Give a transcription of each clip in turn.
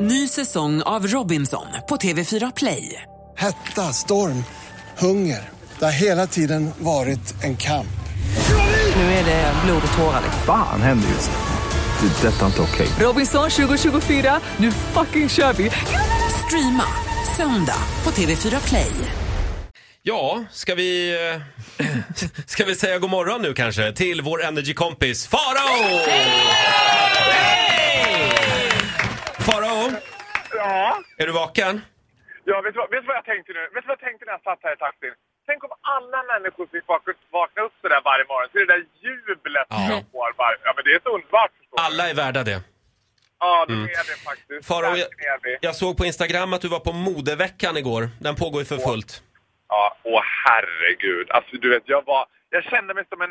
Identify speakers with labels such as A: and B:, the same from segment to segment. A: Ny säsong av Robinson på TV4 Play.
B: Hetta, storm, hunger. Det har hela tiden varit en kamp.
A: Nu är det blod och tårar.
C: Fan händer just nu. Det. är Detta är inte okej.
A: Robinson 2024, nu fucking kör vi! Streama söndag på TV4 Play.
D: Ja, ska vi, eh, ska vi säga god morgon nu kanske till vår energikompis Farao! Farao,
E: Ja,
D: är du vaken?
E: ja vet, du vad, vet du vad jag tänkte nu? Vet du vad jag tänkte när jag satt här i taxin? Tänk om alla människor fick vak- vakna upp sådär varje morgon till det där jublet
D: Ja.
E: som de får varje... Ja, men det är så underbart förstår du.
D: Alla Mm. är värda det.
E: Ja, det är det faktiskt.
D: Farao, jag,
E: Verkligen är vi.
D: jag såg på Instagram att du var på modeveckan igår. Den pågår ju för fullt.
E: Ja, åh herregud. Alltså du vet, jag var... Jag kände mig som en...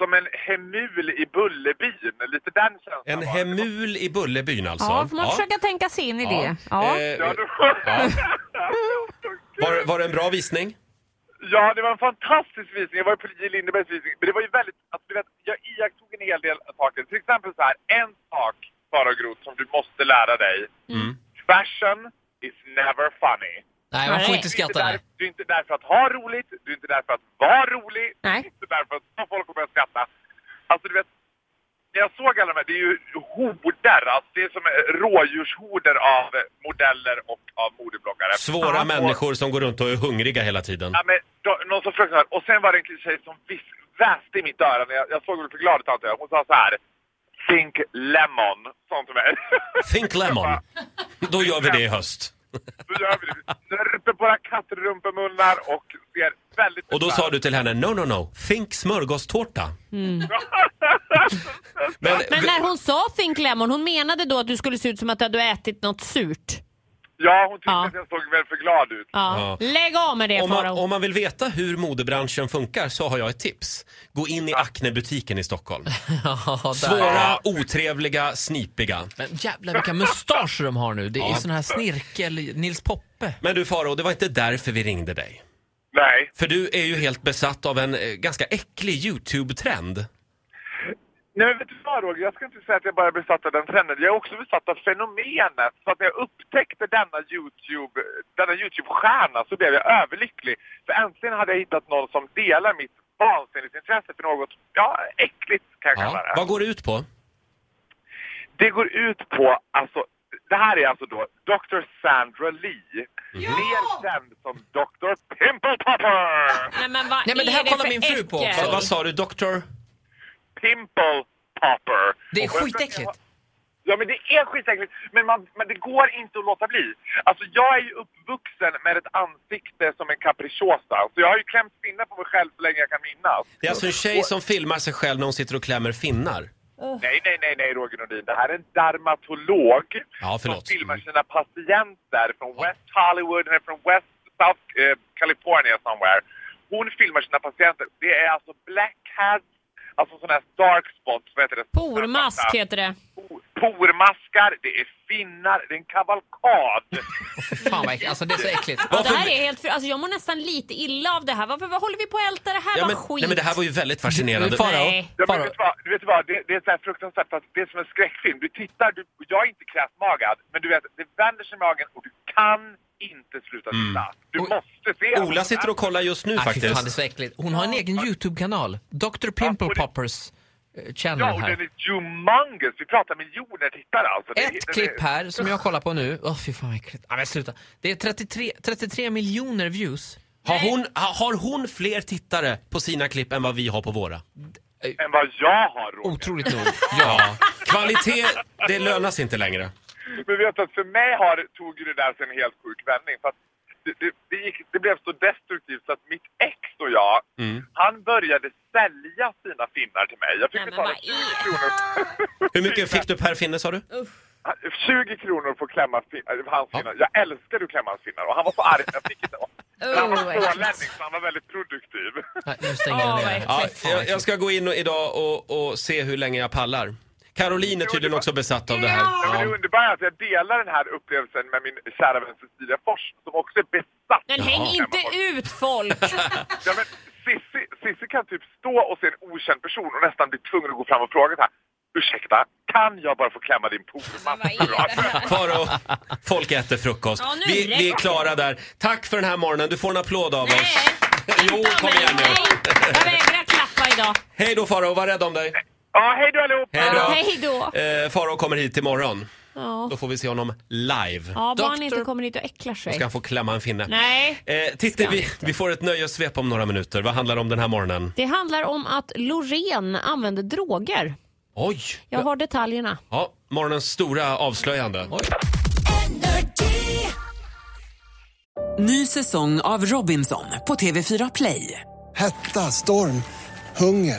E: Som en hemul i Bullerbyn. Lite den känslan
D: En
E: var det.
D: hemul i Bullerbyn alltså.
F: Ja, får man försöka tänka sig in i
D: Ja.
F: det. Ja.
D: Eh,
E: Ja, det
D: Ja.
E: var...
D: var, var det en bra visning?
E: Ja, det var en fantastisk visning. Jag var ju på J. Lindebergs visning. Men det var ju väldigt... Alltså, du vet, jag iakttog en hel del saker. Till exempel så här, en sak, Sara Groth, som du måste lära dig.
D: Mm.
E: Fashion is never funny.
G: Nej, man får inte
E: Du är inte,
G: skratta.
E: där,
G: Nej.
E: du är inte där för att ha roligt, du är inte där för att vara rolig,
F: Nej.
E: du är inte där för att få folk att börja skratta. Alltså, du vet, när jag såg alla de här, det är ju horder. Alltså, det är som eh, rådjurshorder av modeller och av modebloggare.
D: Svåra
E: Ja, och-
D: människor som går runt och är hungriga hela tiden.
E: Ja, men, då, någon som fruktansvärt. Och sen var det en tjej som vis- väste i mitt öra när jag, jag såg Ulf Gladet antar jag. Hon sa så här. Think lemon, sa hon till mig.
D: Think Lemon. Då gör vi det i höst.
E: Då gör vi det. Snörper våra kattrumpemunnar och ser väldigt...
D: Och då sa du till henne, no, no, no, think smörgåstårta. Men,
F: Men när hon sa Think Lemon, hon menade då att du skulle se ut som att du hade ätit något surt.
E: Ja, hon tyckte
F: Ja.
E: att jag såg väl för glad ut.
F: Ja.
D: Ja.
F: Lägg av med det
D: om, man,
F: Farao.
D: om man vill veta hur modebranschen funkar så har jag ett tips. Gå in i Acne-butiken i Stockholm.
G: Ja, där.
D: Svåra, otrevliga, snipiga.
G: Men jävlar vilka mustascher de har nu. Det är ju sån här snirkel-Nils Poppe.
D: Men du Faro, det var inte därför vi ringde dig.
E: Nej.
D: För du är ju helt besatt av en eh, ganska äcklig YouTube-trend.
E: Nej, men vet du vad Roger? Jag ska inte säga att jag bara är besatt av den trenden. Jag är också besatt av fenomenet. Så att när jag upptäckte denna YouTube, denna YouTube-stjärna så blev jag överlycklig. För äntligen hade jag hittat någon som delar mitt vansinnesintresse för något, ja, äckligt kan jag kalla
D: Ja.
E: det.
D: Vad går det ut på?
E: Det går ut på, alltså, det här är alltså då Dr. Sandra Lee. Mer känd som Dr. Pimple Popper!
F: Nej men vad
G: Nej, men det här
F: är det
G: kollar
F: för
G: min fru på
F: äckel?
D: Va,
G: också.
D: vad sa du, doktor?
E: Pimple Popper.
G: Det är
E: Och jag
G: skitäckligt.
E: Ja, men det är skitäckligt. Men, man, men det går inte att låta bli. Alltså, jag är ju uppvuxen med ett ansikte som en capricciosa. Så jag har ju klämt finnar på mig själv så länge jag kan minnas.
D: Det är alltså en tjej
E: Och-
D: som filmar sig själv när hon sitter och klämmer finnar.
E: Nej, nej, nej, nej, Roger Nordin. Det här är en dermatolog
D: Ja,
E: som
D: förlåt.
E: filmar sina patienter från West Hollywood, eller från West South eh, California somewhere. Hon filmar sina patienter. Det är alltså blackheads, alltså sådana här dark spots, vad heter det?
F: Pormask heter det.
E: Po- Pormaskar, det är finnar, det är en kavalkad.
G: Fan vad äckligt. Alltså det är så äckligt.
F: Ja, det här är helt för... alltså, jag mår nästan lite illa av det här. Varför vad håller vi på att älta det här?
D: Ja, men,
F: vad skit.
D: nej, men det här var ju väldigt fascinerande.
F: Nej.
E: Ja, men
G: Farao.
E: vet du vad, du vet vad det, det är så här fruktansvärt för att det är som en skräckfilm. Du tittar, du, jag är inte kräsmagad, men du vet, det vänder sig i magen och du kan inte sluta
G: Mm.
E: titta. Du
G: Och-
E: måste se.
D: Ola sitter och kollar just nu
G: Nej, fy fan, det är
D: faktiskt.
G: så äckligt. Hon har en egen YouTube-kanal. Dr. Pimple
E: och det-
G: Poppers eh,
E: Ja,
G: channel
E: och
G: här.
E: den är humongous. Vi pratar miljoner tittare alltså. Det-
G: Ett
E: det-
G: klipp här som jag kollar på nu. Åh fy fan vad äckligt. Nej, men sluta. Det är 33, 33 miljoner views.
D: Har hon, ha- har hon fler tittare på sina klipp än vad vi har på våra?
E: Än vad jag har Roger.
G: Otroligt nog.
D: Ja. Kvalitet, det lönas inte längre.
E: Men vet du att för mig har, tog ju det där sig en helt sjuk vändning. För att det, det, det, gick, det blev så destruktivt så att mitt ex och jag, han började sälja sina finnar till mig. Jag fick
F: Nej, men
E: betala
F: vad
E: 20
F: är-
E: kronor.
D: Hur mycket fick du per finne sa du?
E: 20 kronor för att klämma fin- äh, hans finnar. Jag älskade att klämma hans finnar och han var så arg när jag fick det. Men han var
F: Oh, vad äckligt.
E: smålänning så han var väldigt produktiv.
G: Nej, Nu stänger
F: Åh,
G: jag
F: vad
G: ner
F: äckligt.
G: det.
D: Ja,
G: Fy fan, vad
D: jag, jag
G: äckligt.
D: ska gå in och, idag och, och se hur länge jag pallar. Caroline är tydligen också besatt av det här.
E: Ja, men det underbara är att jag delar den här upplevelsen med min kära vän Cecilia Fors som också är besatt.
F: Men
E: av
F: häng
E: att
F: inte
E: klämma folk.
F: ut folk.
E: Ja, men Sissi, Sissi kan typ stå och se en okänd person och nästan bli tvungen att gå fram och fråga så här. Ursäkta, kan jag bara få klämma din
F: Men vad är det
E: pormask?
F: här?
D: Faro, Folk äter frukost.
F: Ja, nu
D: vi,
F: räcker
D: vi är klara där. Tack för den här morgonen. Du får en applåd av
F: Nej!
D: oss. Jo,
F: inte av
D: kom
F: mig.
D: igen nu.
F: Nej, Jag vägrar klappa idag.
D: Hej då Faro, var rädd om dig.
E: Ja, hej då allihop!
D: Hej då.
F: Ja, hej då.
D: Eh, Faro kommer hit imorgon.
F: Ja,
D: Då får vi se honom live.
F: ja barn
G: Doktor-
F: inte kommer hit och äcklar
D: Då
F: sig.
D: ska han få klämma en finne.
F: Nej.
D: Eh, Titti,
F: Ska
D: vi,
F: inte.
D: vi får ett nöjessvep om några minuter. Vad handlar det om den här morgonen?
F: Det handlar om att Loreen använder droger.
D: Oj!
F: Jag har detaljerna.
D: Ja, morgonens stora avslöjande.
A: Ny säsong av Robinson på TV4 Play.
B: Hetta, storm, hunger.